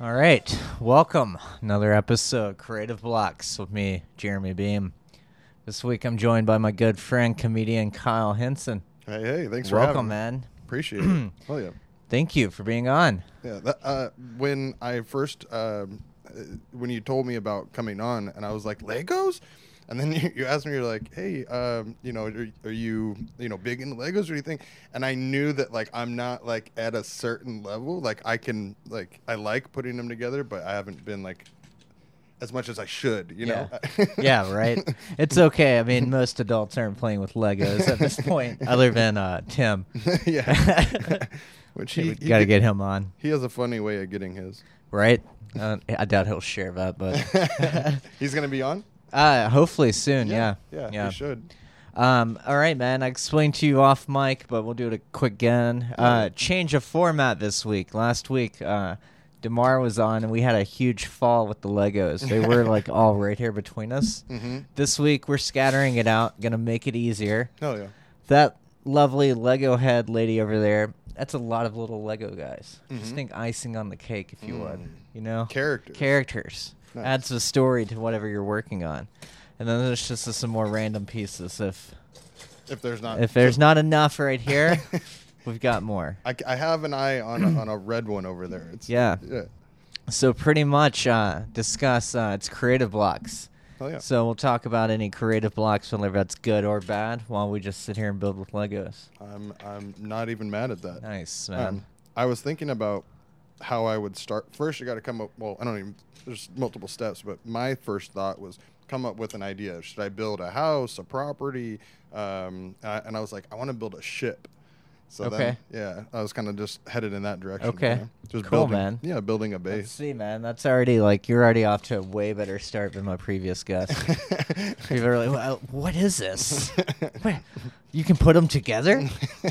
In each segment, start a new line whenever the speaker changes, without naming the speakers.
All right, welcome another episode Creative Blocks with me, Jeremy Beam. This week I'm joined by my good friend comedian Kyle Henson.
Hey, hey, thanks for having
welcome,
me.
man.
Appreciate it. Oh yeah,
Thank you for being on.
yeah. That, uh, when I first, um, uh, when you told me about coming on, and I was like Legos, and then you, you asked me, you're like, hey, um, you know, are, are you, you know, big into Legos or anything? And I knew that like I'm not like at a certain level. Like I can, like I like putting them together, but I haven't been like as much as I should. You know.
yeah, right. It's okay. I mean, most adults aren't playing with Legos at this point, other than uh, Tim.
yeah. Which he,
we
he
got to
get-
get him on,
He has a funny way of getting his.
right? Uh, I doubt he'll share that, but
He's gonna be on.
uh, hopefully soon. Yeah,
Yeah,
yeah.
you should.
Um, all right, man. I explained to you off mic, but we'll do it a quick again. Uh, change of format this week. Last week, uh, Demar was on, and we had a huge fall with the Legos. They were like all right here between us.
Mm-hmm.
This week, we're scattering it out. Gonna make it easier.
Oh yeah.
That lovely Lego head lady over there. That's a lot of little Lego guys. Just think icing on the cake, if you would. You know,
Mm-hmm. Mm. Characters.
characters
Nice.
adds a story to whatever you're working on, and then there's just some more random pieces if
If there's not,
if there's not enough right here, we've got more.
I, I have an eye on a, on a red one over there. It's,
Yeah.
Yeah.
So pretty much uh, discuss uh, it's creative blocks.
Oh yeah.
So we'll talk about any creative blocks, whether that's good or bad, while we just sit here and build with Legos.
I'm I'm not even mad at that.
Nice man.
Um, I was thinking about how I would start. First, you got to come up. Well, I don't even. There's multiple steps, but my first thought was come up with an idea. Should I build a house, a property? Um, I- and I was like, I want to build a ship. So
Okay.
then, yeah, I was kind of just headed in that direction. you
Okay.
know? Just
Cool,
building,
man.
Yeah, building a
Let's
base.
see, man. That's already like you're already off to a way better start than my previous guest. People are like, well, what is this? What? You can put them together?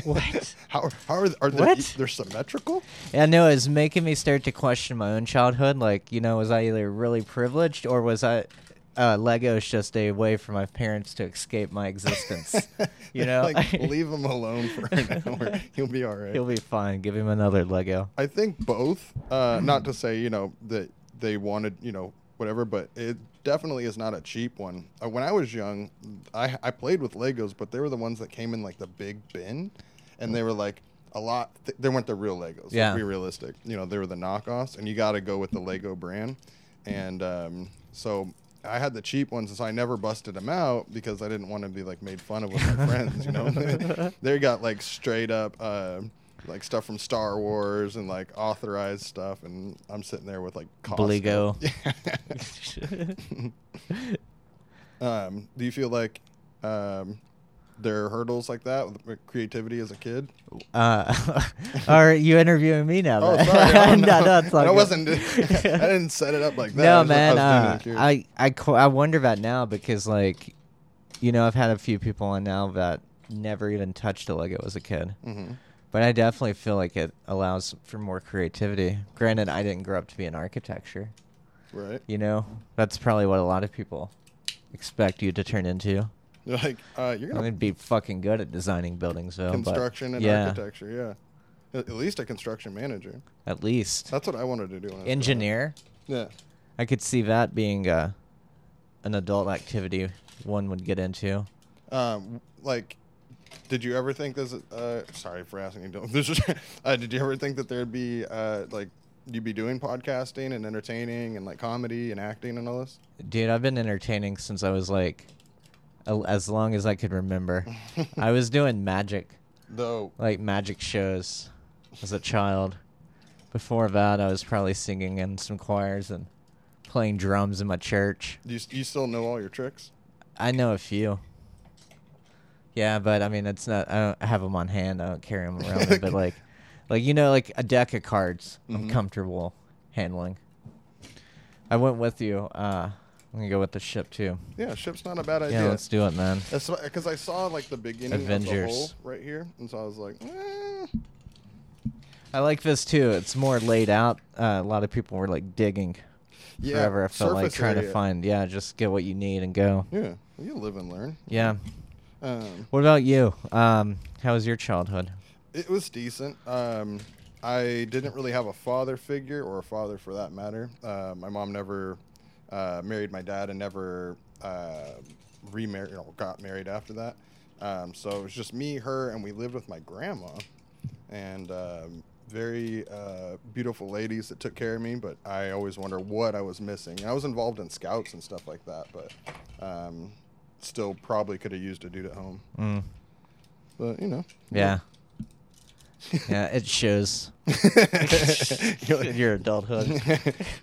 What?
How, how are, are they?
What?
They're symmetrical.
Yeah, no, it's making me start to question my own childhood. Like, you know, was I either really privileged or was I uh, Legos just a way for my parents to escape my existence? you know,
like leave him alone for an hour. He'll be all right.
he'll be fine. Give him another Lego.
I think both. Uh, not to say you know that they wanted you know whatever, but it definitely is not a cheap one. Uh, when I was young, I I played with Legos, but they were the ones that came in like the big bin, and they were like. A lot. Th- they weren't the real Legos. let's
Yeah.
be realistic. You know, they were the knockoffs, and you got to go with the Lego brand. And um, so I had the cheap ones, and so I never busted them out because I didn't want to be like made fun of with my friends. You know, they got like straight up uh, like stuff from Star Wars and like authorized stuff, and I'm sitting there with like Costco. um, do you feel like um, there are hurdles like that with creativity as a kid?
Uh, are you interviewing me now?
Oh,
man?
sorry. Oh, no,
no, no, it's all
I
good.
wasn't. I didn't set it up like that. I
no
was- I
man
was
uh,
genuinely curious.
I, I qu- I wonder that now because like you know i've had a few people on now that never even touched a lego as a kid
Mhm.
but i definitely feel like it allows for more creativity granted i didn't grow up to be in architecture
Right.
you know that's probably what a lot of people expect you to turn into
You're like, uh, you're
i'm
gonna
gonna be fucking good at designing buildings though but-
construction and
yeah
architecture. Yeah. At at least a construction manager.
at least
That's what I wanted to do. When I was growing up.
engineer
Yeah.
i could see that being uh, an adult activity one would get into
Um, like, did you ever think this? Uh, sorry for asking. you don't- This is, uh, did you ever think that there'd be uh, like you'd be doing podcasting and entertaining and like comedy and acting and all this?
Dude, I've been entertaining since I was like, a- as long as I could remember. I was doing magic,
Though.
like magic shows, as a child. Before that, I was probably singing in some choirs and playing drums in my church.
You, s- you still know all your tricks?
I know a few. Yeah, but I mean, it's not. I don't have them on hand. I don't carry them around. me, but like, like you know, like a deck of cards, I'm comfortable handling. I went with you. Uh, I'm gonna go with the ship too.
Yeah, ship's not a bad
Yeah,
idea.
let's do it, man.
because I saw like the beginning of the hole
Avengers.
right here, and so I was like, eh.
I like this too. It's more laid out. Uh, a lot of people were like digging
yeah,
forever. I felt like
surface
trying to
area.
find, yeah, just get what you need and go.
Yeah, you live and learn.
Yeah.
Um,
What about you? Um, how was your childhood?
it was decent. Um, I didn't really have a father figure or a father for that matter. Uh, my mom never uh, married my dad and never uh, remarried, you know, got married after that. Um, so it was just me, her, and we lived with my grandma, and um, very uh, beautiful ladies that took care of me. But I always wonder what I was missing. And I was involved in scouts and stuff like that, but um, still probably could have used a dude at home.
Mm.
But you know,
Yeah. yeah, it shows
You're like-
your adulthood.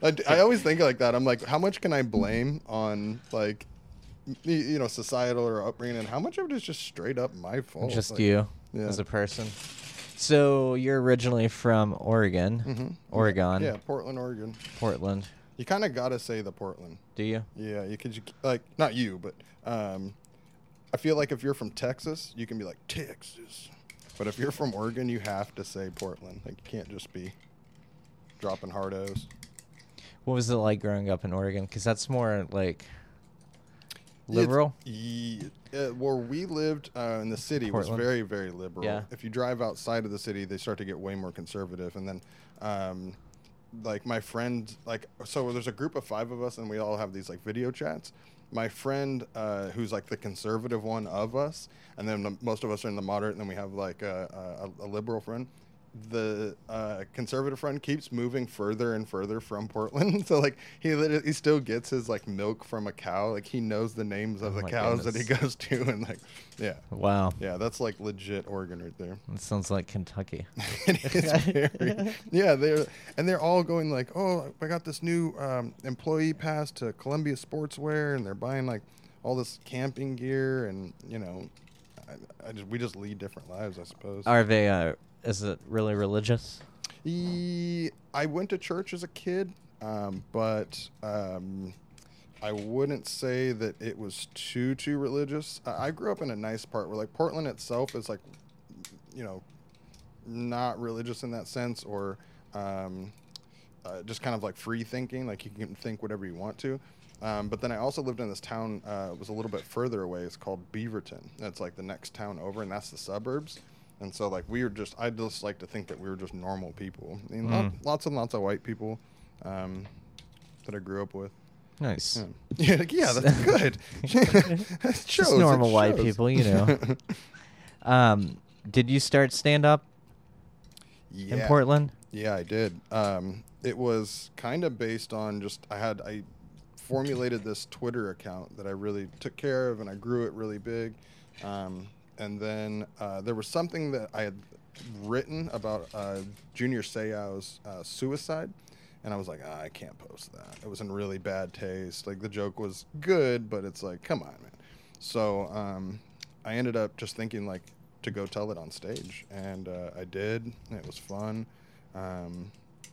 I, d- I always think like that. I'm like, how much can I blame on like, y- you know, societal or upbringing, and how much of it is just straight up my fault?
Just
Oh, Like,
you
yeah.
as a person. So you're originally from Oregon, Oregon,
Mm-hmm. Yeah, Portland, Oregon.
Portland.
You kind of gotta say the Portland.
Do you?
Yeah, you could like not you, but um, I feel like if you're from Texas, you can be like Texas, but if you're from Oregon, you have to say Portland. Like you can't just be dropping hard O's.
What was it like growing up in Oregon? Because that's more like
It's-
liberal.
ye- uh, where we lived uh, in the city
Portland.
was very, very liberal.
Yeah.
If you drive outside of the city, they start to get way more conservative. And then, um, like my friend, like so, there's a group of five of us, and we all have these like video chats. My friend, uh, who's like the conservative one of us, and then the, most of us are in the moderate, and then we have like a, a, a liberal friend. The uh, conservative friend keeps moving further and further from Portland, so like he literally, he still gets his like milk from a cow. Like he knows the names of
Oh
the
my
cows that he
goodness.
goes to and like yeah
Wow,
yeah that's like legit oregon right there
that sounds like Kentucky.
It is very- yeah they're and they're all going like oh i got this new um, employee pass to columbia sportswear and they're buying like all this camping gear and you know I, I just we just lead different lives i suppose
Are they? Uh, is it really religious?
E- I went to church as a kid, um, but um, I wouldn't say that it was too too religious. I, I grew up in a nice part where like Portland itself is like, you know, not religious in that sense, or um, uh, just kind of like free thinking. Like you can think whatever you want to. Um, but then I also lived in this town. Uh, it was a little bit further away. It's called Beaverton. That's like the next town over, and that's the suburbs. And so like we were just, I just like to think that we were just normal people. I mean, lot-
Mm.
lots and lots of white people um, that I grew up with.
Nice.
Yeah, yeah, like, yeah that's good. that shows,
Hmm. Just
it
normal white
shows.
people, you know.
Hmm.
um, did you start stand up
yeah.
in Portland?
Yeah, I did. Um, it was kind of based on just I had I formulated this Twitter account that I really took care of and I grew it really big. Um, and then uh, there was something that I had written about uh, Junior Seau's uh, suicide, and I was like, "Ah, I can't post that. It was in really bad taste. Like the joke was good, but it's like, come on, man. So um, I ended up just thinking like to go tell it on stage, and uh, I did. and It was fun, um,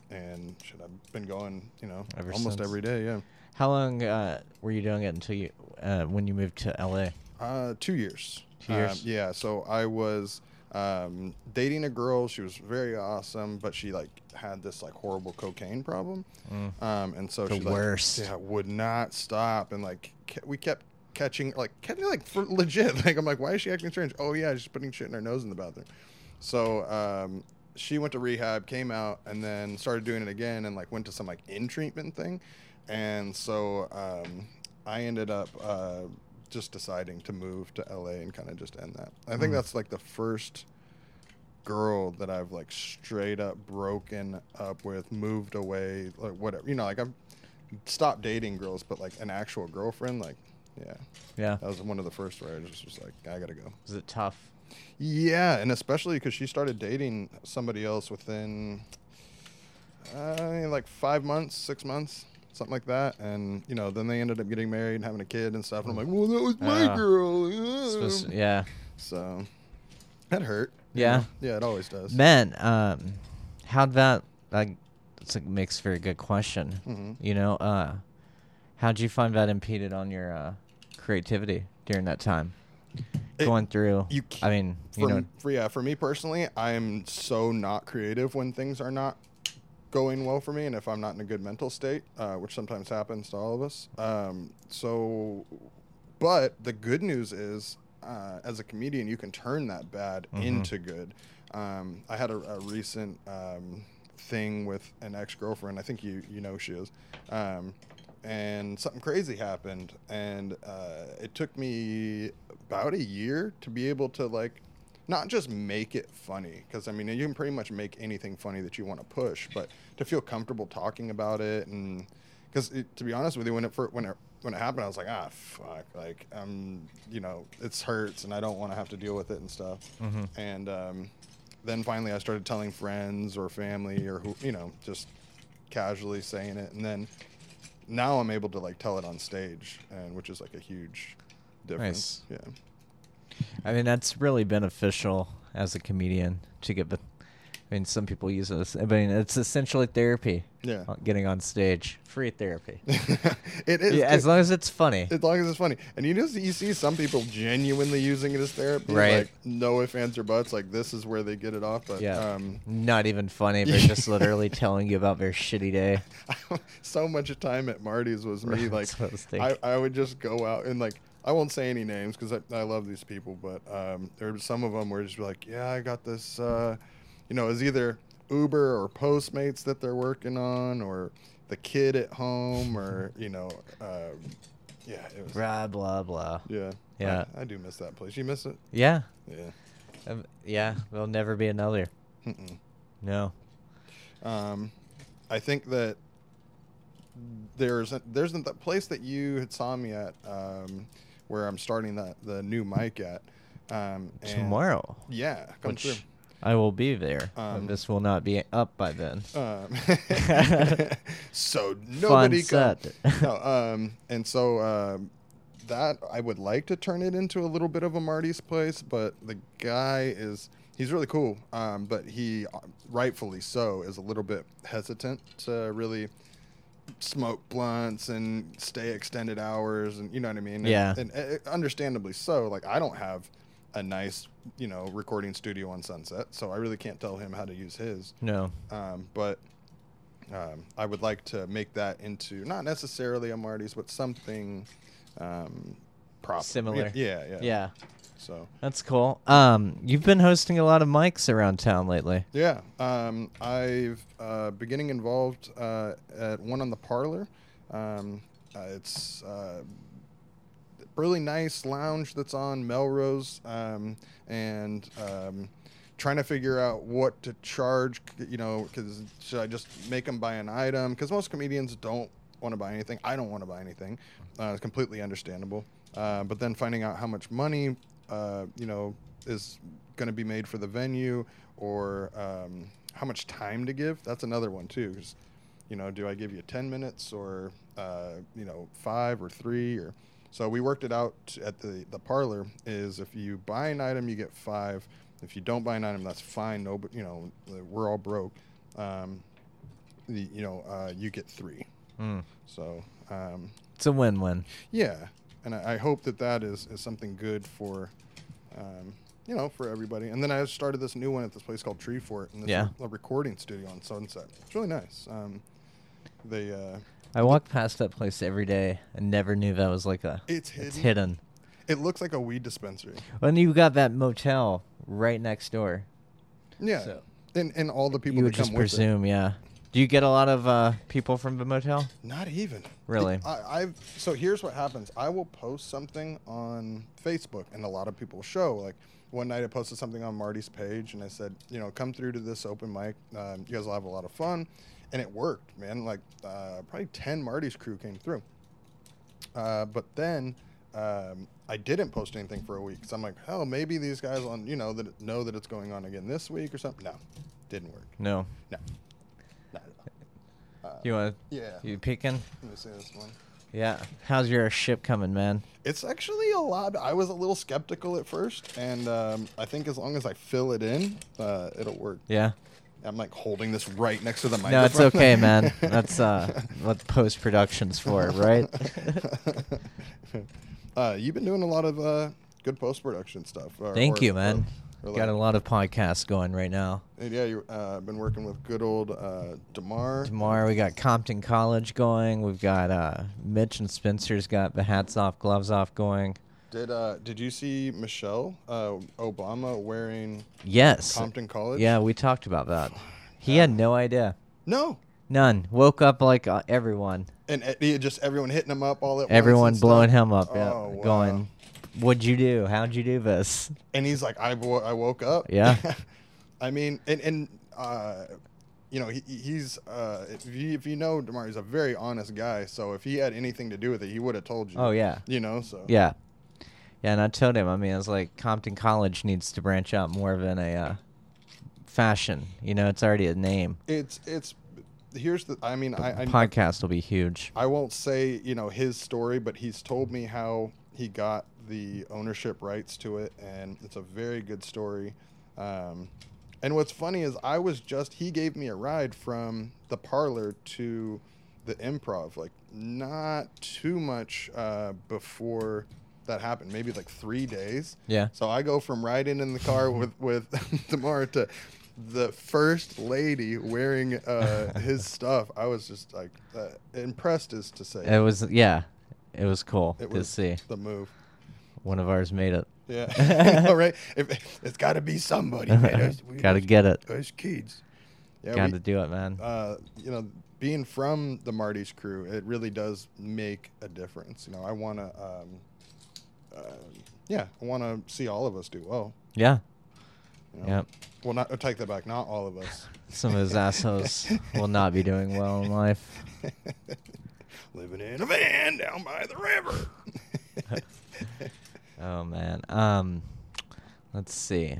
and shit, I've been going, you know,
Ever
almost
since.
every day. Yeah,
How long uh, were you doing it until you uh, when you moved to LA?
uh, two years.
Two years.
Um, yeah. So I was um, dating a girl. She was very awesome, but she like had this like horrible cocaine problem,
Mm.
um, and so
The
she
worst.
Like, yeah, would not stop, and like ke- we kept catching like kept like for legit. Like I'm like, why is she acting strange? Oh yeah, she's putting shit in her nose in the bathroom. So um, she went to rehab, came out, and then started doing it again, and like went to some like in treatment thing, and so um, I ended up. Uh, just deciding to move to LA and kind of just end that. I
Hmm.
think that's like the first girl that I've like straight up broken up with, moved away, like whatever. You know, like I've stopped dating girls, but like an actual girlfriend, like yeah,
Yeah.
that was one of the first where I just was like, I gotta go.
Was it tough?
Yeah, and especially because she started dating somebody else within uh, like five months, six months, something like that. And you know, then they ended up getting married and having a kid and stuff. And I'm like, well, that was my
Ah.
girl.
Supposed to-
Um.
yeah.
So that hurt. you
Yeah.
know? Yeah, it always does.
Man, um, how'd that? Like, it's a makes for a good question.
Mhm.
You know, uh, how'd you find that impeded on your uh, creativity during that time?
It-
Going through.
you c-
I mean,
for,
you know.
m- for yeah, for me personally, I'm so not creative when things are not going well for me, and if I'm not in a good mental state, uh, which sometimes happens to all of us. Um, so,
Mm-hmm.
but the good news is, uh, as a comedian, you can turn that bad into good. Um, I had a, a recent um, thing with an ex girlfriend. I think you you know who she is. Um, and something crazy happened, and uh, it took me about a year to be able to like not just make it funny because i mean you can pretty much make anything funny that you want to push but to feel comfortable talking about it and because to be honest with you when it fir- when it when it happened i was like ah fuck like um you know it's hurts and i don't want to have to deal with it and stuff
Mm-hmm.
and um then finally i started telling friends or family or who you know just casually saying it and then now i'm able to like tell it on stage and which is like a huge difference yeah
I mean, that's really beneficial as a comedian to get. the- I mean, some people use this. I mean, it's essentially therapy.
Yeah.
uh, Getting on stage, free therapy.
it is.
yeah, as
too.
long as it's funny.
as long as it's funny. And you just you see some people genuinely using it as therapy,
Right.
Like no ifs, ands, or buts. Like this is where they get it off. But
yeah.
um,
Not even funny, but just literally telling you about their shitty day.
so much of time at Marty's was me
Right,
like
that's what I was
I,
thinking.
I would just go out and like I won't say any names because I, I love these people, but um, there were some of them were just like, yeah, I got this, uh, you know, it's either Uber or Postmates that they're working on, or the kid at home, or you know, uh, yeah, it was,
Blah blah blah.
yeah,
Yeah.
I, I do miss that place. You miss it?
Yeah.
Yeah.
Um, yeah. There'll never be another.
Mm-mm.
No.
Um, I think that there's a, there's a, the place that you had saw me at um, where I'm starting the the new mic at um, and-
Tomorrow,
Yeah, come
which I will be there. but
Um,
this will not be up by then.
through. Um, so nobody
Fun
come-
set.
no, um, and so um, that I would like to turn it into a little bit of a Marty's place, but the guy is he's really cool, um, but he uh, rightfully so is a little bit hesitant to really smoke blunts and stay extended hours and you know what I mean. And-
Yeah.
and, uh, understandably so. Like I don't have a nice you know recording studio on Sunset, so I really can't tell him how to use his
no.
um, but um, I would like to make that into not necessarily a Marty's, but something um, proper.
Similar.
Yeah, yeah,
Yeah.
So
That's cool. Um, you've been hosting a lot of mics around town lately.
yeah, um, I've uh, beginning involved uh, at one on the parlor. Um, uh, it's uh, really nice lounge that's on Melrose, um, and um, trying to figure out what to charge. c- You know, because should I just make them buy an item? Because most comedians don't want to buy anything. I don't want to buy anything. Uh, it's completely understandable. Uh, but then finding out how much money, uh, you know, is going to be made for the venue, or um, how much time to give. That's another one too. 'cause, you know, do I give you 10 minutes or, uh, you know, five or three or so we worked it out at the, the parlor is if you buy an item, you get five. If you don't buy an item, that's fine. No, but you know, we're all broke. Um, the, you know, uh, you get three.
Mm.
So, um,
It's a win-win.
yeah. And I, I hope that that is, is something good for, um, you know, for everybody. And then I started this new one at this place called Tree Fort, and this
Yeah.
a recording studio on Sunset. It's really nice. Um, they, uh,
I walk past that place every day and never knew that was like a.
It's hidden.
It's hidden.
It looks like a weed dispensary.
And you got that motel right next door.
Yeah.
So-
and and all the people
you
that
would
come
just
with it.
presume, yeah. Do you get a lot of uh, people from the motel?
Not even.
Really?
I, I've so here's what happens. I will post something on Facebook, and a lot of people show. Like one night, I posted something on Marty's page, and I said, you know, come through to this open mic. Um, you guys will have a lot of fun, and it worked, man. Like uh, probably ten Marty's crew came through. Uh, but then um, I didn't post anything for a week. So I'm like, oh, maybe these guys on, you know, that know that it's going on again this week or something. No, didn't work.
No.
No. Not at all.
Mm. You want?
Yeah.
You peeking?
Let me see this one.
Yeah. How's your ship coming, man?
It's actually a lot. I was a little skeptical at first, and um, I think as long as I fill it in, uh, it'll work.
Yeah.
I'm like holding this right next to the microphone.
No, it's okay, man. That's uh, what post production's for, right?
uh, you've been doing a lot of uh, good post production stuff. or-
Thank
or-
you, man.
or- or
Got a
like-
lot of podcasts going right now.
Yeah, you've uh, been working with good old uh, Demar.
Tomorrow we got Compton College going. We've got uh, Mitch and Spencer's got the hats off, gloves off going.
Did uh did you see Michelle uh, Obama wearing
Yes.
Compton College?
Yeah, we talked about that. He had no idea.
No.
None. Woke up like uh, everyone.
And uh, yeah, just everyone hitting him up all at
Everyone
once. and
blowing
stuff.
him up. Yeah.
Oh, wow.
Going, what'd you do? How'd you do this?
And he's like, I, wo- I woke up.
Yeah.
I mean, and and uh, you know, he, he's uh, if you if you know Demar, he's a very honest guy. So if he had anything to do with it, he would have told you.
Oh, yeah.
You know. So
Yeah. Yeah, and I told him, I mean, I was like, Compton College needs to branch out more than a uh, fashion. You know, it's already a name.
It's it's here's the. I mean, I I,
Podcast will be huge.
I won't say you know his story, but he's told me how he got the ownership rights to it, and it's a very good story. Um, and what's funny is I was just he gave me a ride from the parlor to the improv, like not too much uh, before that happened, maybe like three days.
Yeah.
So I go from riding in the car with with Tamara to the first lady wearing uh, his stuff. I was just like uh, impressed, is to say.
It was, yeah, it was cool
It
to see.
the move.
One of ours made it.
Yeah, all right. If, it's got to be somebody. man. Us- we-
Gotta get it.
us kids. Yeah,
Gotta
we-
do it, man.
uh, you know, being from the Marty's crew, it really does make a difference. You know, I want to, um, uh, yeah, I want to see all of us do well.
yeah.
You know?
Yep.
Well, not I take that back. Not all of us.
Some of those assholes will not be doing well in life.
Living in a van down by the river.
Oh man. Um let's see.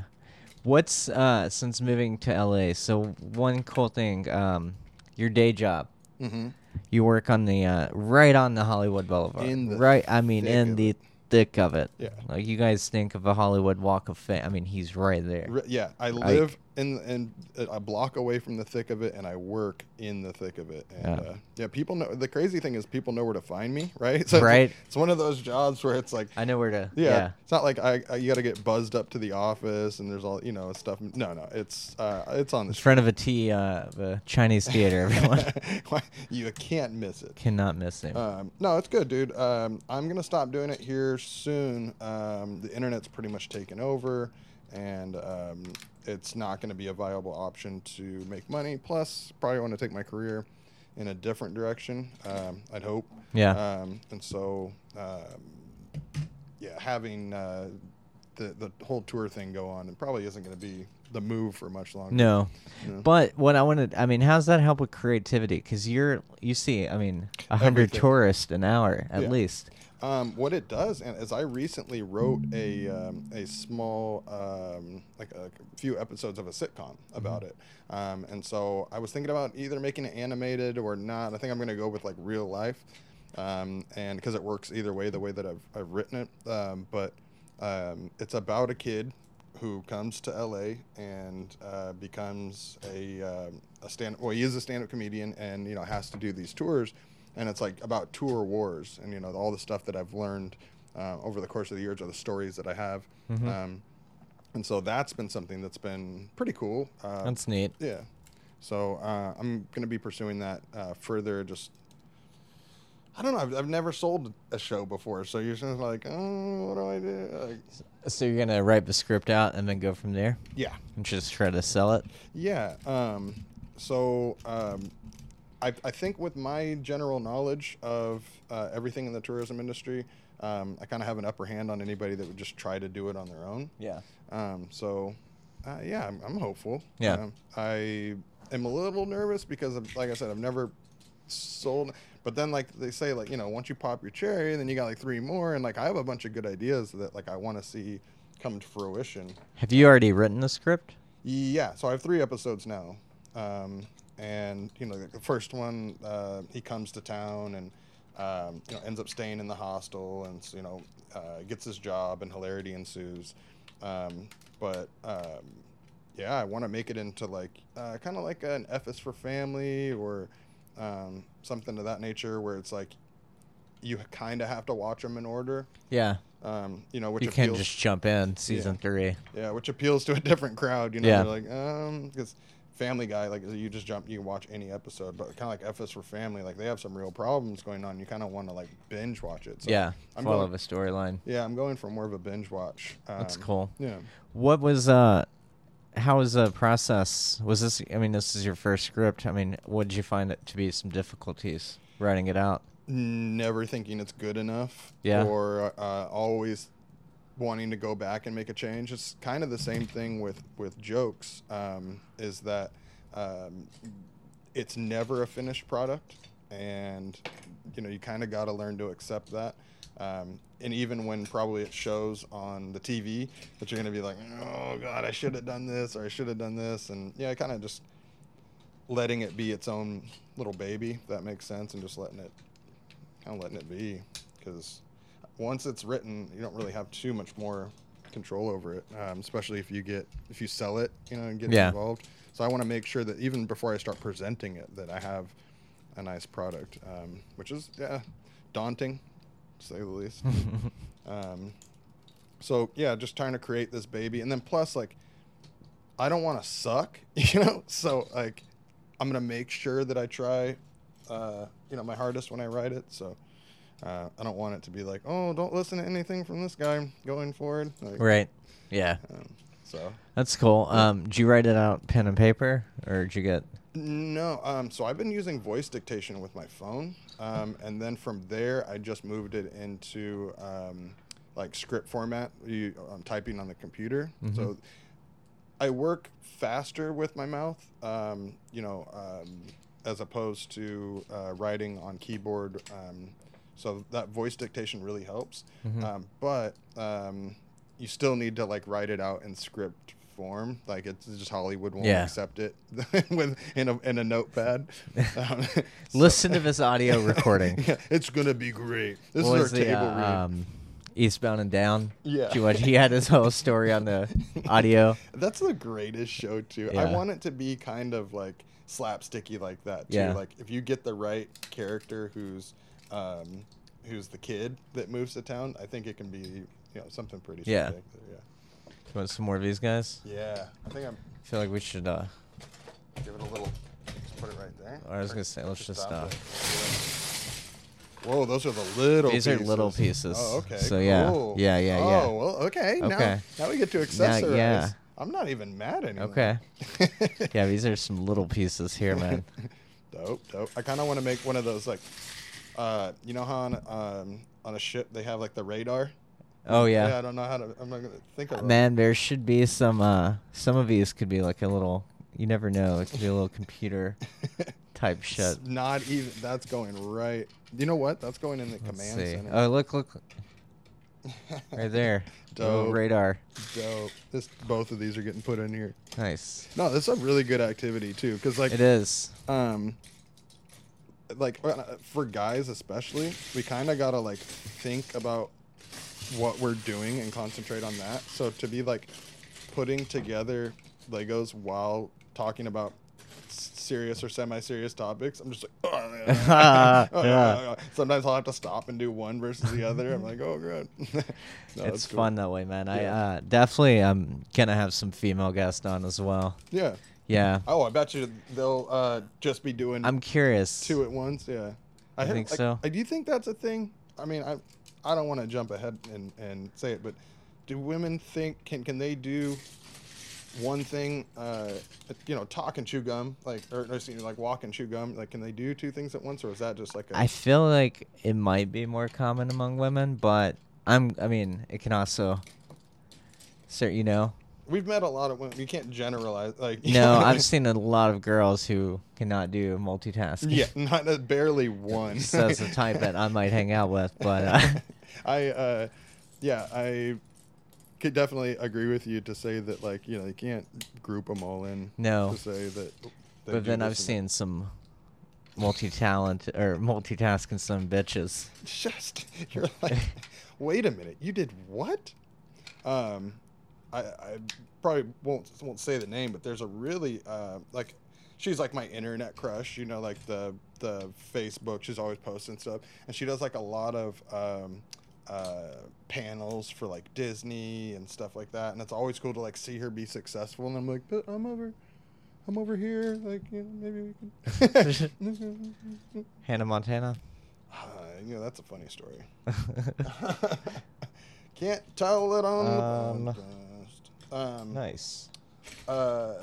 What's uh since moving to LA, so one cool thing, um your day job.
mm-hmm.
You work on the uh right on the Hollywood Boulevard.
In the
right I mean
thick
in
of
the
it.
thick of it.
Yeah.
Like you guys think of a Hollywood Walk of Fame. I mean, he's right there.
Re- yeah, I live in in a block away from the thick of it, and I work in the thick of it. And yeah,
Yeah.
uh, yeah people know. The crazy thing is, people know where to find me, right? So
Right.
It's one of those jobs where it's like,
I know where to
yeah, it's not like I, I you got to get buzzed up to the office, and there's all you know stuff. No, no, it's uh, it's on the
In front of a T uh the Chinese theater, everyone
Why- you can't miss it.
cannot miss him.
Um, no, it's good, dude. Um, I'm gonna stop doing it here soon. Um, the internet's pretty much taken over, and um, it's not gonna be a viable option to make money. Plus, probably want to take my career in a different direction. Um, I'd hope.
Yeah.
Um, and so, um, yeah, having uh, the the whole tour thing go on, it probably isn't gonna be the move for much longer.
No.
No.
But what I wanted, I mean, how's that help with creativity? Because you're, you see, I mean, a hundred
Everything.
tourists an hour at
Yeah.
least.
Um, what it does, and as I recently wrote a um, a small um, like a few episodes of a sitcom about it, um, and so I was thinking about either making it animated or not. I think I'm gonna go with like real life, um, and because it works either way, the way that I've I've written it. Um, but um, it's about a kid who comes to LA and uh, becomes a um, a stand. Well, he is a stand-up comedian, and you know has to do these tours and it's like about tour wars and you know all the stuff that I've learned uh, over the course of the years or the stories that I have, um, and so that's been something that's been pretty cool. Uh,
That's neat.
yeah, so uh, I'm gonna be pursuing that uh, further. Just I don't know. I've, I've never sold a show before, so you're just like, oh, what do I do? Like,
So you're gonna write the script out and then go from there
yeah,
and just try to sell it.
Yeah. Um, so um, I, I think with my general knowledge of uh, everything in the tourism industry, um, I kind of have an upper hand on anybody that would just try to do it on their own.
Yeah.
Um, so uh, yeah, I'm, I'm hopeful.
Yeah.
Um, I am a little nervous because, of, like I said, I've never sold. But then, like they say, like you know, once you pop your cherry, then you got like three more, and like I have a bunch of good ideas that like I want to see come to fruition.
Have you already written the script?
Yeah, so I have three episodes now, um, and you know like the first one, uh, he comes to town and um, you know ends up staying in the hostel, and so, you know uh, gets his job, and hilarity ensues. Um, but um, yeah, I want to make it into like uh, kind of like an F is for family or um, something of that nature, where it's like you kind of have to watch them in order.
Yeah.
Um, you know, which
you can't
appeals-
just jump in season three.
yeah, which appeals to a different crowd. You know,
Yeah.
they're like, um, because Family Guy, like you just jump, you can watch any episode, but kind of like F is for Family, like they have some real problems going on. You kind of want to like binge watch it. So
yeah,
I'm
follow
going,
the storyline.
yeah, I'm going for more of a binge watch. Um,
That's cool.
Yeah.
What was uh, how was the process? Was this? I mean, this is your first script. I mean, what did you find it to be some difficulties writing it out?
never thinking it's good enough
Yeah.
or uh, always wanting to go back and make a change it's kind of the same thing with with jokes um, is that um, it's never a finished product and you know you kind of got to learn to accept that um, and even when probably it shows on the tv that you're going to be like oh god i should have done this or i should have done this and yeah kind of just letting it be its own little baby if that makes sense and just letting it kind of letting it be because once it's written you don't really have too much more control over it um, especially if you get if you sell it you know and get
Yeah.
involved so i want to make sure that even before i start presenting it that i have a nice product um, which is yeah daunting to say the least um, so yeah just trying to create this baby and then plus like I don't want to suck, you know. So like, I'm gonna make sure that I try, uh, you know, my hardest when I write it. So uh, I don't want it to be like, oh, don't listen to anything from this guy going forward. Like,
Right. Yeah,
um, so
that's cool. Um, did you write it out pen and paper, or did you get?
no, um, so I've been using voice dictation with my phone, um, and then from there I just moved it into um, like script format. You um, typing on the computer, so I work faster with my mouth, um, you know, um, as opposed to uh, writing on keyboard. Um, so that voice dictation really helps, um, but um, you still need to like write it out in script form. Like it's just Hollywood won't
Yeah.
accept it with in a in a notepad. Um, so-
Listen to this audio recording.
Yeah, it's gonna be great. This
What
is
was
our
the,
table
uh,
read.
um, Eastbound and Down?
Yeah.
Did you watch? He had his whole story on the audio.
That's the greatest show too. I
Yeah.
want it to be kind of like slapsticky like that too.
Yeah.
Like if you get the right character who's um who's the kid that moves to town, I think it can be you know something pretty
Yeah.
spectacular.
You want some more of these guys?
Yeah. Yeah. I think I'm
I feel like we should. Uh,
give it a little just put it right there.
I was
Or
gonna say, let's just, uh,
it. Whoa, those are the little
These are
pieces.
little pieces.
Oh, okay.
So, yeah.
cool.
Yeah, yeah, yeah.
Oh, well, okay. Now,
Okay.
now we get to accessorize.
yeah.
I'm not even mad anymore.
okay. yeah, these are some little pieces here, man.
Dope, dope. I kind of want to make one of those like, uh, you know how on um on a ship they have like the radar.
Oh
I
yeah.
don't know how to. I'm not gonna think of it.
Man, there should be some. Uh, some of these could be like a little. You never know. It could be a little computer type shit.
It's not even. That's going right. You know what? That's going in the
Let's
command
see.
center.
Oh look, look, right there. Little
Dope.
radar.
Dope. This both of these are getting put in here.
Nice.
No, this is a really good activity too, because like
It is.
um like uh, for guys especially we kind of gotta like think about what we're doing and concentrate on that so to be like putting together legos while talking about s- serious or semi-serious topics i'm just like "Oh,
Yeah.
sometimes i'll have to stop and do one versus the other i'm like oh god No,
it's
that's cool.
fun that way, man. I
Yeah.
uh, definitely um gonna have some female guests on as well.
yeah
Yeah.
oh i bet you they'll uh just be doing
I'm curious.
two at once. Yeah, I
You
heard-
think
like,
so?
I do you think that's a thing. I mean, I I don't want to jump ahead and, and say it, but do women think can can they do one thing? Uh, you know, talk and chew gum, like or, or excuse me, like walk and chew gum. Like, can they do two things at once, or is that just like a
I feel like it might be more common among women, but I'm I mean, it can also sir, you know.
We've met a lot of women. You can't generalize. Like, you know
No,
what I mean?
I've seen a lot of girls who cannot do multitasking.
yeah, not uh, barely one.
Just as a type that I might hang out with, but uh,
I, uh, yeah, I could definitely agree with you to say that, like, you know, you can't group them all in.
No.
To say that. they do
but then I've
this and
seen some multi-talent or multitasking some bitches.
that. Just, you're like, wait a minute, you did what? Um, I, I probably won't won't say the name, but there's a really uh, like, she's like my internet crush. You know, like the the Facebook. She's always posting stuff, and she does like a lot of um, uh, panels for like Disney and stuff like that. And it's always cool to like see her be successful. And I'm like, but I'm over. I'm over here. Like, you know, maybe we can.
Hannah Montana.
Ah, you know, that's a funny story. Can't tell it on the
Um,
podcast. Um,
nice.
uh,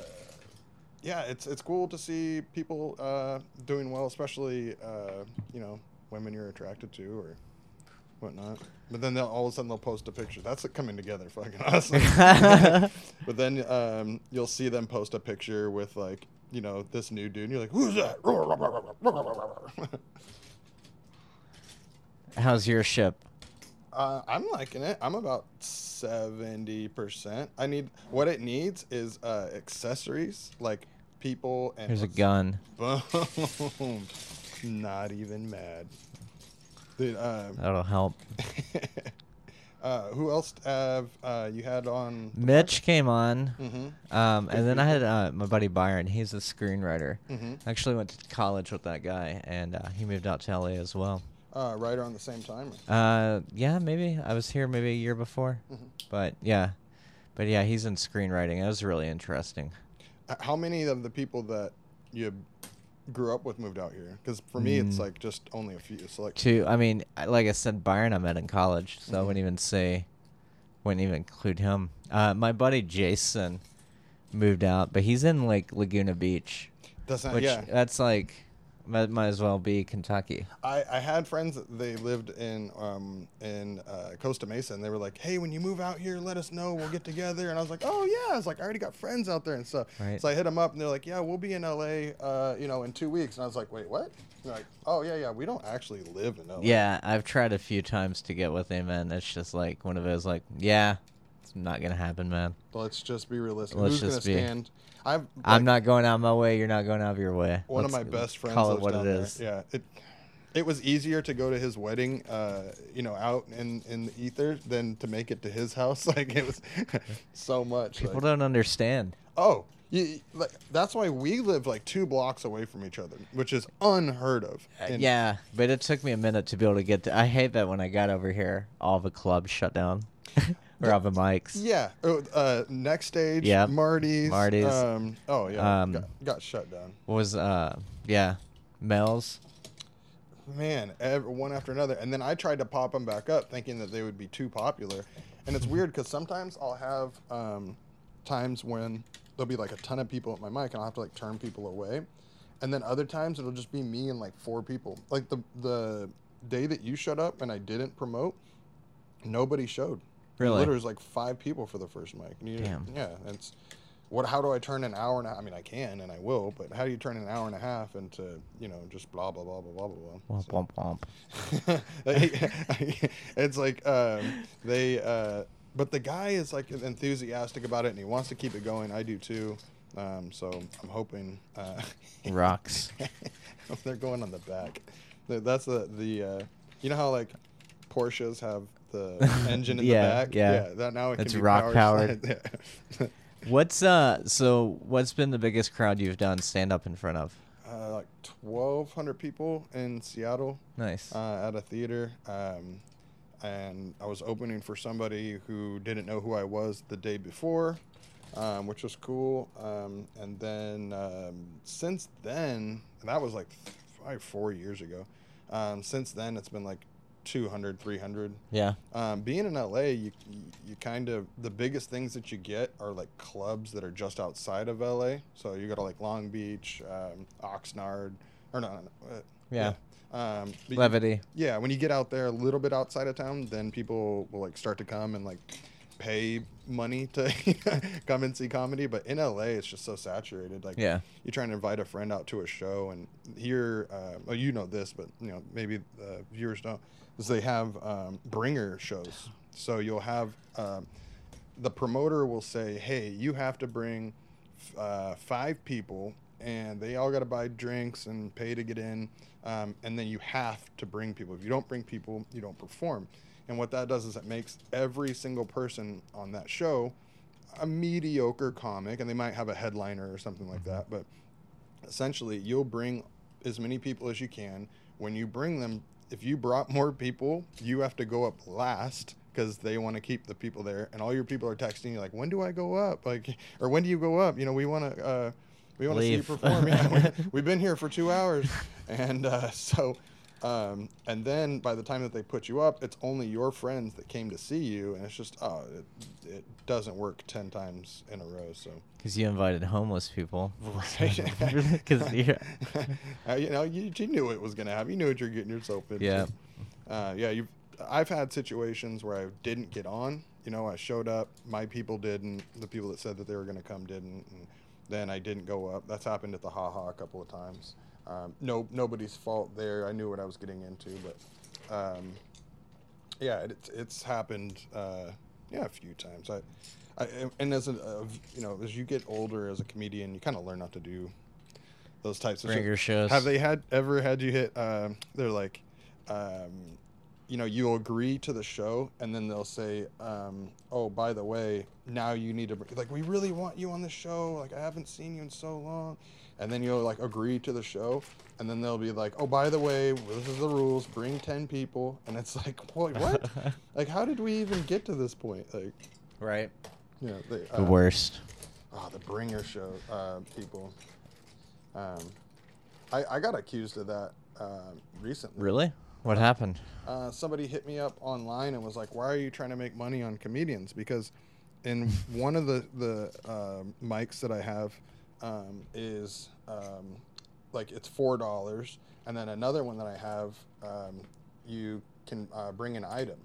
yeah, it's it's cool to see people uh, doing well, especially uh, you know women you're attracted to or whatnot. But then they'll all of a sudden they'll post a picture. That's it coming together, fucking awesome. but then um, you'll see them post a picture with like you know this new dude, and you're like, who's that?
How's your ship?
Uh, I'm liking it. I'm about seventy percent. I need what it needs is uh, accessories like people and
Here's a
let's-
gun.
Boom. Not even mad. Dude, um,
That'll help.
uh, who else have uh, you had on?
Mitch came on,
Mm-hmm.
um, and then I had uh, my buddy Byron. He's a screenwriter.
Mm-hmm.
I actually went to college with that guy, and uh, he moved out to LA as well.
Uh, right around the same time.
Uh, yeah, maybe I was here maybe a year before,
Mhm.
but yeah, but yeah, he's in screenwriting. That was really interesting.
Uh, How many of the people that you grew up with moved out here? Because for me, it's
Mm.
like just only a few. It's like
Too, I mean, I- like I said, Byron I met in college, so I
Mhm.
wouldn't even say, wouldn't even include him. Uh, my buddy Jason moved out, but he's in like Laguna Beach,
that's not.
which
Uh, yeah,
that's like might, might as well be Kentucky.
I, I had friends that they lived in um, in uh, Costa Mesa, and they were like, "Hey, when you move out here, let us know. We'll get together." And I was like, "Oh yeah," I was like, "I already got friends out there and stuff."
Right.
So I hit them up, and they're like, "Yeah, we'll be in LA, uh, you know, in two weeks." And I was like, "Wait, what?" And they're like, "Oh yeah, yeah, we don't actually live in LA."
Yeah, I've tried a few times to get with him, and it's just like one of those like, yeah, it's not gonna happen, man.
But let's just be realistic.
Let's
Who's gonna
just be-
stand? I've
I'm
like,
not going out of my way. You're not going out of your way.
one
Let's
of my best friends.
Call it
lives
what
down
it
there.
is.
Yeah. It, it was easier to go to his wedding, uh, you know, out in, in the ether than to make it to his house. Like it was so much.
People
like-
don't understand.
Oh, you, like, that's why we live like two blocks away from each other, which is unheard of.
Uh,
And
yeah, but it took me a minute to be able to get. To, I hate that when I got over here, all the clubs shut down, or all the mics.
Yeah. oh, Uh, next stage.
Yep.
Marty's.
Marty's.
Um, oh yeah.
Um,
got, got shut down.
What was uh, yeah, Mel's.
Man, ev one after another, and then I tried to pop them back up, thinking that they would be too popular. And it's weird because sometimes I'll have um, times when there'll be like a ton of people at my mic, and I'll have to like turn people away. And then other times it'll just be me and like four people. Like the the day that you shut up and I didn't promote, nobody showed.
Really?
Literally, it was like five people for the first mic. And you,
Damn.
Yeah, it's what? How do I turn an hour and? A, I mean, I can and I will, but how do you turn an hour and a half into you know just blah blah blah blah blah blah blah?
Womp womp womp.
Like, it's like um, they, uh, but the guy is like enthusiastic about it and he wants to keep it going. I do too. Um, so I'm hoping uh,
Rocks.
they're going on the back. Th- That's the the uh, you know how like Porsches have the engine in
Yeah,
the back.
yeah.
That now it
It's
can be
rock
power
powered.
slide. Yeah.
What's uh? So what's been the biggest crowd you've done stand up in front of?
uh, like 1,200 people in Seattle.
Nice.
uh, at a theater, um, and I was opening for somebody who didn't know who I was the day before, um, which was cool. Um, and then um, since then, and that was like probably four years ago. Um, since then, it's been like 200, 300.
yeah.
Um, being in LA, you, you you kind of the biggest things that you get are like clubs that are just outside of LA. So you go to like Long Beach, um, Oxnard, or no, no, no, uh,
Yeah.
yeah. Um, but you-
Levity.
yeah, when you get out there a little bit outside of town, then people will like start to come and like pay money to come and see comedy. But in LA, it's just so saturated. Like,
Yeah.
you're trying to invite a friend out to a show, and here, uh, well, you know this, but you know maybe the viewers don't, is they have um, bringer shows. So you'll have um, the promoter will say, "Hey, you have to bring uh, five people, and they all got to buy drinks and pay to get in, um, and then you have to bring people. If you don't bring people, you don't perform." And what that does is it makes every single person on that show a mediocre comic, and they might have a headliner or something like that, but essentially you'll bring as many people as you can when you bring them if you brought more people you have to go up last because they want to keep the people there and all your people are texting you like when do i go up like or when do you go up you know we want to uh, we want to see you
Leave.
perform. Yeah, we, we've been here for two hours, and uh, so, um, and then by the time that they put you up, it's only your friends that came to see you, and it's just oh, it, it doesn't work ten times in a row. So
Because you invited homeless people.
right,
Because you're.
Uh, you know, you, you knew it was gonna happen. You knew what you're getting yourself into.
Yeah.
uh, yeah. You, I've had situations where I didn't get on. You know, I showed up, my people didn't, the people that said that they were gonna come didn't, and then I didn't go up. That's happened at the Ha Ha a couple of times. Um, no, nobody's fault there. I knew what I was getting into, but um, yeah, it, it's it's happened. Uh, yeah, a few times. I, I and as a, uh, you know, as you get older as a comedian, you kind of learn not to do those types of
Ringer
shit.
shows.
Have they had ever had you hit? Um, they're like, um, you know, you agree to the show, and then they'll say, um, "Oh, by the way, now you need to br- like we really want you on the show. Like I haven't seen you in so long." And then you'll like agree to the show, and then they'll be like, "Oh, by the way, well, this is the rules. Bring ten people." And it's like, "What? What? like, how did we even get to this point?" Like,
Right.
you know, they,
The
uh,
worst.
Oh, the bringer show uh, people. Um, I, I got accused of that um recently.
Really? What happened?
Uh, somebody hit me up online and was like, "Why are you trying to make money on comedians?" Because in one of the the um mics that I have um, is um, like it's four dollars, and then another one that I have, um, you can uh, bring an item,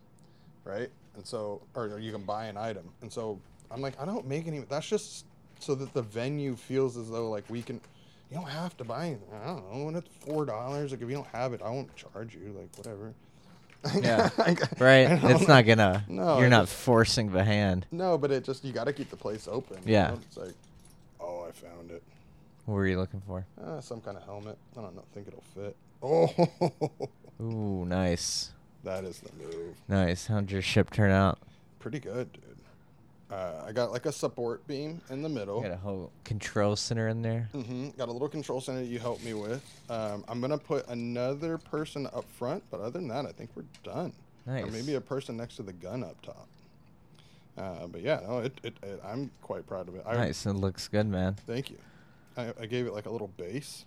right? And so, or you can buy an item. And so I'm like, I don't make any. That's just so that the venue feels as though like we can. You don't have to buy anything. I don't know. When it's four dollars, like if you don't have it, I won't charge you. Like whatever.
Yeah.
Like, I
Right?
don't
It's
know.
not gonna.
No,
You're
it
not
just-
forcing the hand.
No, but it just you got to keep the place open. you
Yeah.
know? It's like, oh, I found it.
What were you looking for?
Uh, some kind of helmet. I don't know, think it'll fit. Oh,
Ooh, nice.
that is the move.
Nice. How'd your ship turn out?
Pretty good, dude. Uh, I got like a support beam in the middle.
You got a whole control center in there.
hmm Got a little control center you helped me with. Um, I'm gonna put another person up front, but other than that, I think we're done. Or
Nice.
maybe a person next to the gun up top. Uh, but yeah, no, it, it, it, I'm quite proud of it. I,
Nice. It looks good, man.
Thank you. I, I gave it like a little base.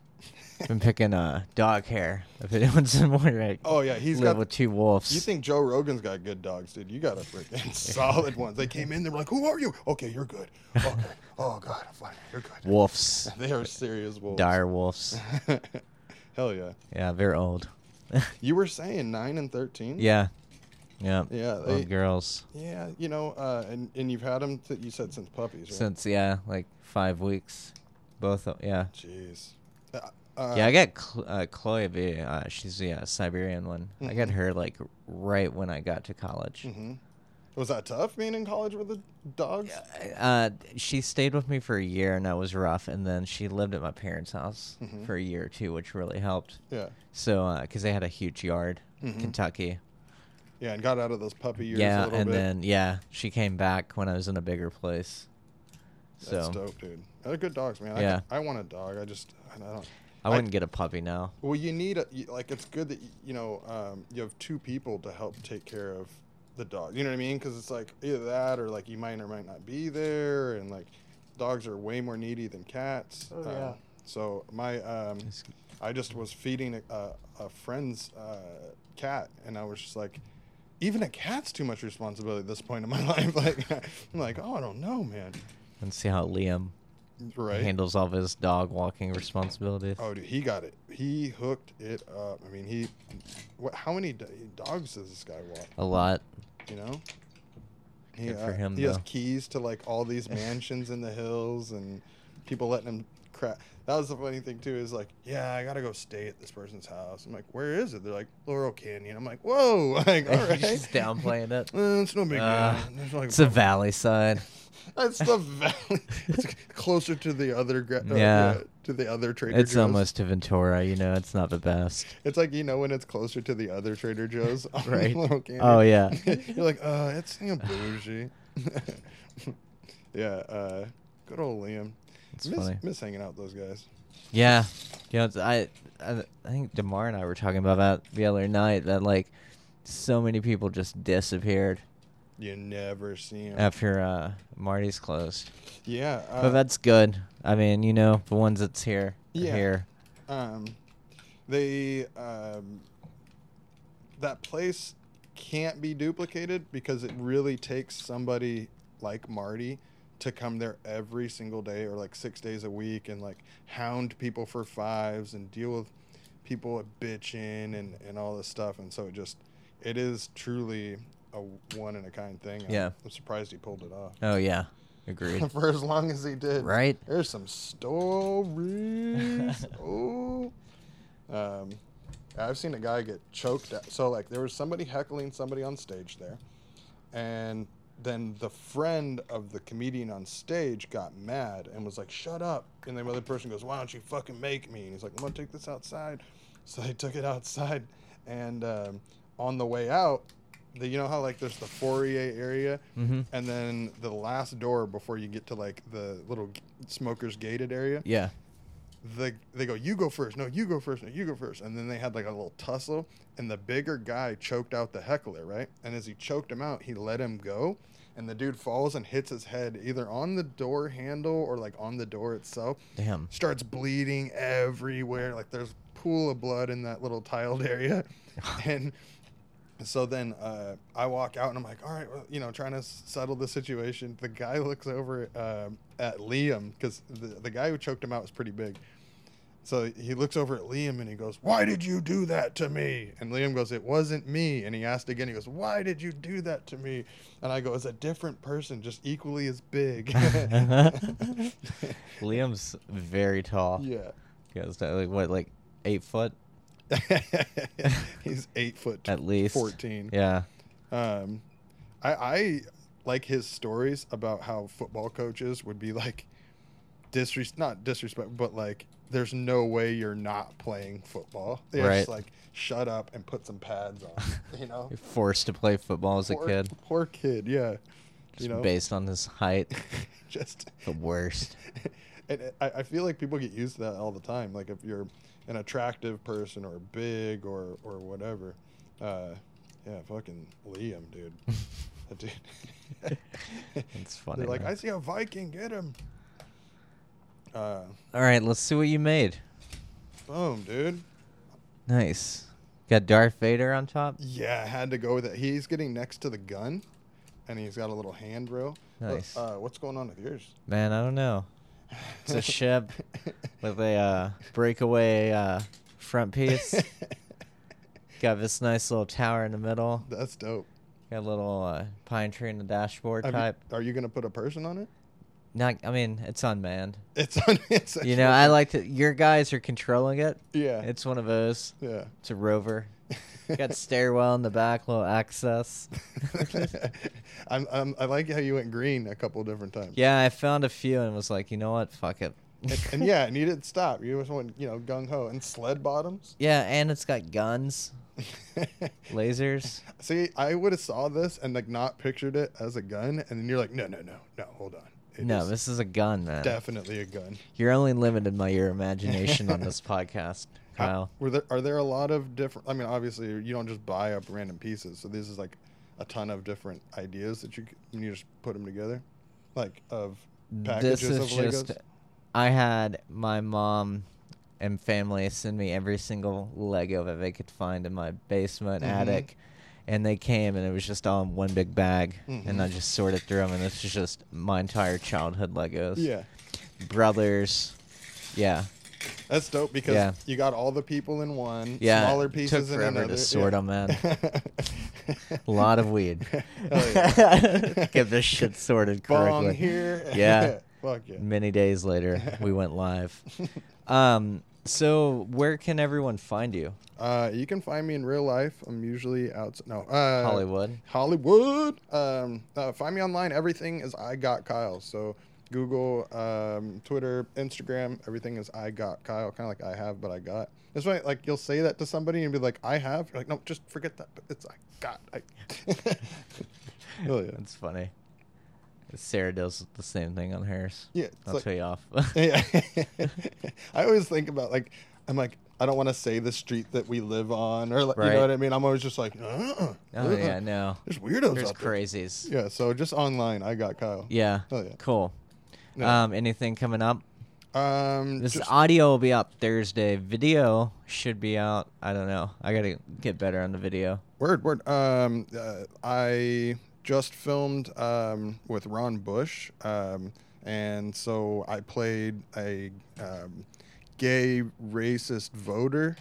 Been picking uh dog hair. If anyone's more like
Oh yeah, he's
live
got.
with two wolves.
you think Joe Rogan's got good dogs, dude? You got a freaking solid ones. They came in, they were like, "Who are you?" Okay, you're good. Okay. oh God, I'm fine. You're good.
wolves,
They are serious wolves.
dire wolves.
Hell yeah.
yeah, they're old.
You were saying nine and thirteen.
yeah, yeah,
Hmm. Yeah,
Old
they-
girls
Yeah, you know, uh, and and you've had them that you said since puppies, right?
since yeah, like five weeks. Both, o- yeah,
Jeez. Uh, uh,
yeah. I got Cl- uh, Chloe. B, Uh, she's the uh, Siberian one. I
Mm-hmm.
got her like right when I got to college.
mhm. Was that tough being in college with the dogs?
Uh, she stayed with me for a year, and that was rough. And then she lived at my parents' house
Mm-hmm.
for a year or two, which really helped.
Yeah.
So, because they had a huge yard, in Kentucky.
Yeah, and got out of those puppy years Mm-hmm. a
yeah,
little
and
bit.
then yeah, she came back when I was in a bigger place.
That's
So
dope, dude. They're good dogs, man.
Yeah.
I, I want a dog. I just, I don't.
I wouldn't get a puppy now.
Well, you need a you- like. It's good that you, you know um, you have two people to help take care of the dog. You know what I mean? Because it's like either that or like you might or might not be there, and like dogs are way more needy than cats.
Oh,
Um,
yeah.
So my um,
It's-
I just was feeding a, a, a friend's uh, cat, and I was just like, even a cat's too much responsibility at this point in my life. Like I'm like, oh, I don't know, man.
And see how Liam
Right.
handles all of his dog walking responsibilities.
Oh, dude, he got it. He hooked it up. I mean, he. What, how many do- dogs does this guy walk?
A lot.
You know. He,
Good for
uh,
him,
he has
though.
keys to like all these mansions in the hills and people letting him crap. That was the funny thing too. Is like, yeah, I gotta go stay at this person's house. I'm like, where is it? They're like, Laurel Canyon. I'm like, whoa, like, all right.
He's just downplaying it.
Uh, it's no big
Uh,
deal. It's like-
It's a valley side.
that's the valley. it's closer to the other. Gra- uh,
Yeah.
to the other Trader
It's
Joe's.
almost to Ventura, you know. It's not the best.
It's like you know when it's closer to the other Trader Joe's, on
Right.
Laurel Canyon.
Oh, yeah.
You're like, uh, it's you know, bougie. yeah, uh, good old Liam.
It's
miss,
funny.
miss hanging out with those guys.
Yeah, you know, it's- I, I, I think Demar and I were talking about that the other night. That like, so many people just disappeared
You never see them.
after uh, Marty's closed.
yeah.
but
Uh,
that's good. I mean, you know, the ones that's here, are
Yeah.
here.
um, they um, that place can't be duplicated because it really takes somebody like Marty to come there every single day or like six days a week and like hound people for fives and deal with people bitching and and all this stuff and so it just it is truly a one in a kind thing. I'm-
Yeah.
I'm surprised he pulled it off.
Oh yeah, agreed.
for as long as he did.
Right?
There's some stories. oh. Um, I've seen a guy get choked out. So, like, there was somebody heckling somebody on stage there. And then the friend of the comedian on stage got mad and was like, shut up. And the other person goes, why don't you fucking make me? And he's like, I'm going to take this outside. So they took it outside. And um, on the way out, the, you know how, like, there's the foyer area?
Mm-hmm.
and then the last door before you get to like the little g- smokers gated area
Yeah.
the, they go you go first no you go first no you go first and then they had like a little tussle and the bigger guy choked out the heckler right and as he choked him out he let him go and the dude falls and hits his head either on the door handle or like on the door itself
Damn.
starts bleeding everywhere. Like there's pool of blood in that little tiled area, and so then uh, I walk out and I'm like, all right, well, you know, trying to s- settle the situation. The guy looks over um at Liam because the the guy who choked him out was pretty big. So he looks over at Liam and he goes, "Why did you do that to me?" And Liam goes, "It wasn't me." And he asked again. He goes, "Why did you do that to me?" And I go, "It's a different person, just equally as big."
Liam's very tall.
yeah.
You guys know, like what, like eight foot
he's eight foot
at least.
fourteen.
Yeah.
Um, I, I like his stories about how football coaches would be like disres not disrespect, but like there's no way you're not playing football. They're just
Right.
like shut up and put some pads on. You know,
You're forced to play football as a
poor,
kid,
poor kid, yeah.
just
you know,
based on his height.
just
the worst.
and it- I, I feel like people get used to that all the time. Like if you're an attractive person or big or or whatever, uh, yeah, fucking Liam, dude. That dude.
It's funny.
They're like,
man.
I see a Viking, get him. Uh,
All right, let's see what you made.
boom, dude.
Nice. Got Darth Vader on top.
Yeah, I had to go with it. He's getting next to the gun, and he's got a little handrail. Look,
Nice.
Uh, what's going on with yours?
Man, I don't know. It's a ship with a uh, breakaway uh, front piece. Got this nice little tower in the middle.
That's dope.
Got a little uh, pine tree in the dashboard
Have you-
type.
are you gonna put a person on it?
Not, I mean, it's unmanned.
It's on. It's
You know, I like to. Your guys are controlling it.
Yeah.
It's one of those.
yeah.
It's a rover. Got stairwell in the back, little access.
I'm, I'm, I like how you went green a couple different times.
yeah, I found a few and was like, you know what? Fuck it.
And, and yeah, and you didn't stop. You just went, you know, gung ho and sled bottoms.
yeah, and it's got guns, lasers.
See, I would have saw this and like not pictured it as a gun, and then you're like, no, no, no, no, hold on. It
no,
is
this is a gun, man.
definitely a gun.
You're only limited by your imagination on this podcast,
How-
Kyle.
were there are there a lot of different? I mean, obviously you don't just buy up random pieces. So this is like a ton of different ideas that you c- and you just put them together, like of packages
This is
of Legos.
just. I had my mom and family send me every single Lego that they could find in my basement
Mhm.
attic, and they came and it was just all in one big bag,
Mhm.
and I just sorted through them, and this is just my entire childhood Legos.
yeah.
brothers. Yeah,
That's dope because
Yeah.
you got all the people in one,
yeah.
smaller
it
pieces
took
in
forever
another.
to sort them, man.
man.
A lot of weed. Get this shit sorted correctly.
Bong here.
Yeah.
Fuck yeah.
Many days later, we went live. Um, so where can everyone find you?
Uh, you can find me in real life. I'm usually out. No. Uh,
Hollywood.
Hollywood. Um, uh, find me online. Everything is I got Kyle. So Google, um, Twitter, Instagram. Everything is I got Kyle. Kind of like I have, but I got. That's why, like, you'll say that to somebody and be like, "I have." You're like, "No, just forget that. It's I got." I. oh yeah.
That's funny. Sarah does the same thing on hers.
Yeah. It's
I'll
like,
tell you off.
yeah. I always think about like I'm like I don't want to say the street that we live on, or like, you
Right.
know what I mean. I'm always just like, uh-uh,
Oh
uh-uh.
yeah, no.
there's weirdos
There's
out there.
crazies.
Yeah, so just online, I got Kyle.
Yeah.
Oh, yeah.
Cool.
No.
Um, anything coming up?
Um,
This
just-
audio will be up Thursday. Video should be out. I don't know. I gotta get better on the video.
Word, word. Um, uh, I just filmed um, with Ron Bush, um, and so I played a um, gay racist voter.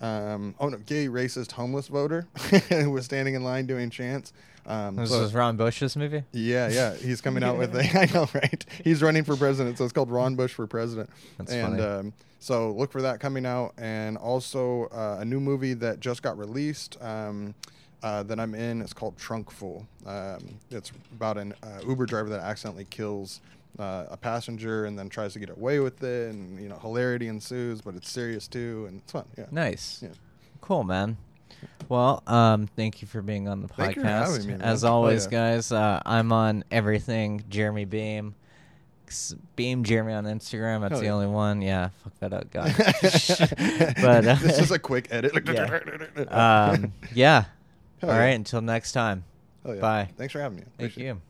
Um, oh no, gay racist homeless voter who was standing in line doing chants. Um,
This
so-
is Ron Bush's movie.
yeah, yeah. He's coming out with a, I know, right? He's running for president, so it's called Ron Bush for President.
That's
and
funny.
Um, so look for that coming out, and also uh, a new movie that just got released um, uh, that I'm in. It's called Trunkful. Um, it's about an uh, Uber driver that accidentally kills. Uh, a passenger and then tries to get away with it, and you know hilarity ensues, but it's serious too, and it's fun. Yeah,
Nice.
Yeah.
Cool, man. Well, um, thank you for being on the podcast.
Thank you for having me, man.
As
Oh,
always,
yeah.
guys, uh, I'm on everything. Jeremy Beam, S- Beam Jeremy on Instagram. That's
Hell
the
yeah.
only one. Yeah, fuck that up, God. but uh,
this is a quick edit.
um, yeah. Um,
Hell
All
yeah.
right. Until next time.
Hell yeah.
Bye.
Oh, Thanks for having me.
Thank
Appreciate it.
you.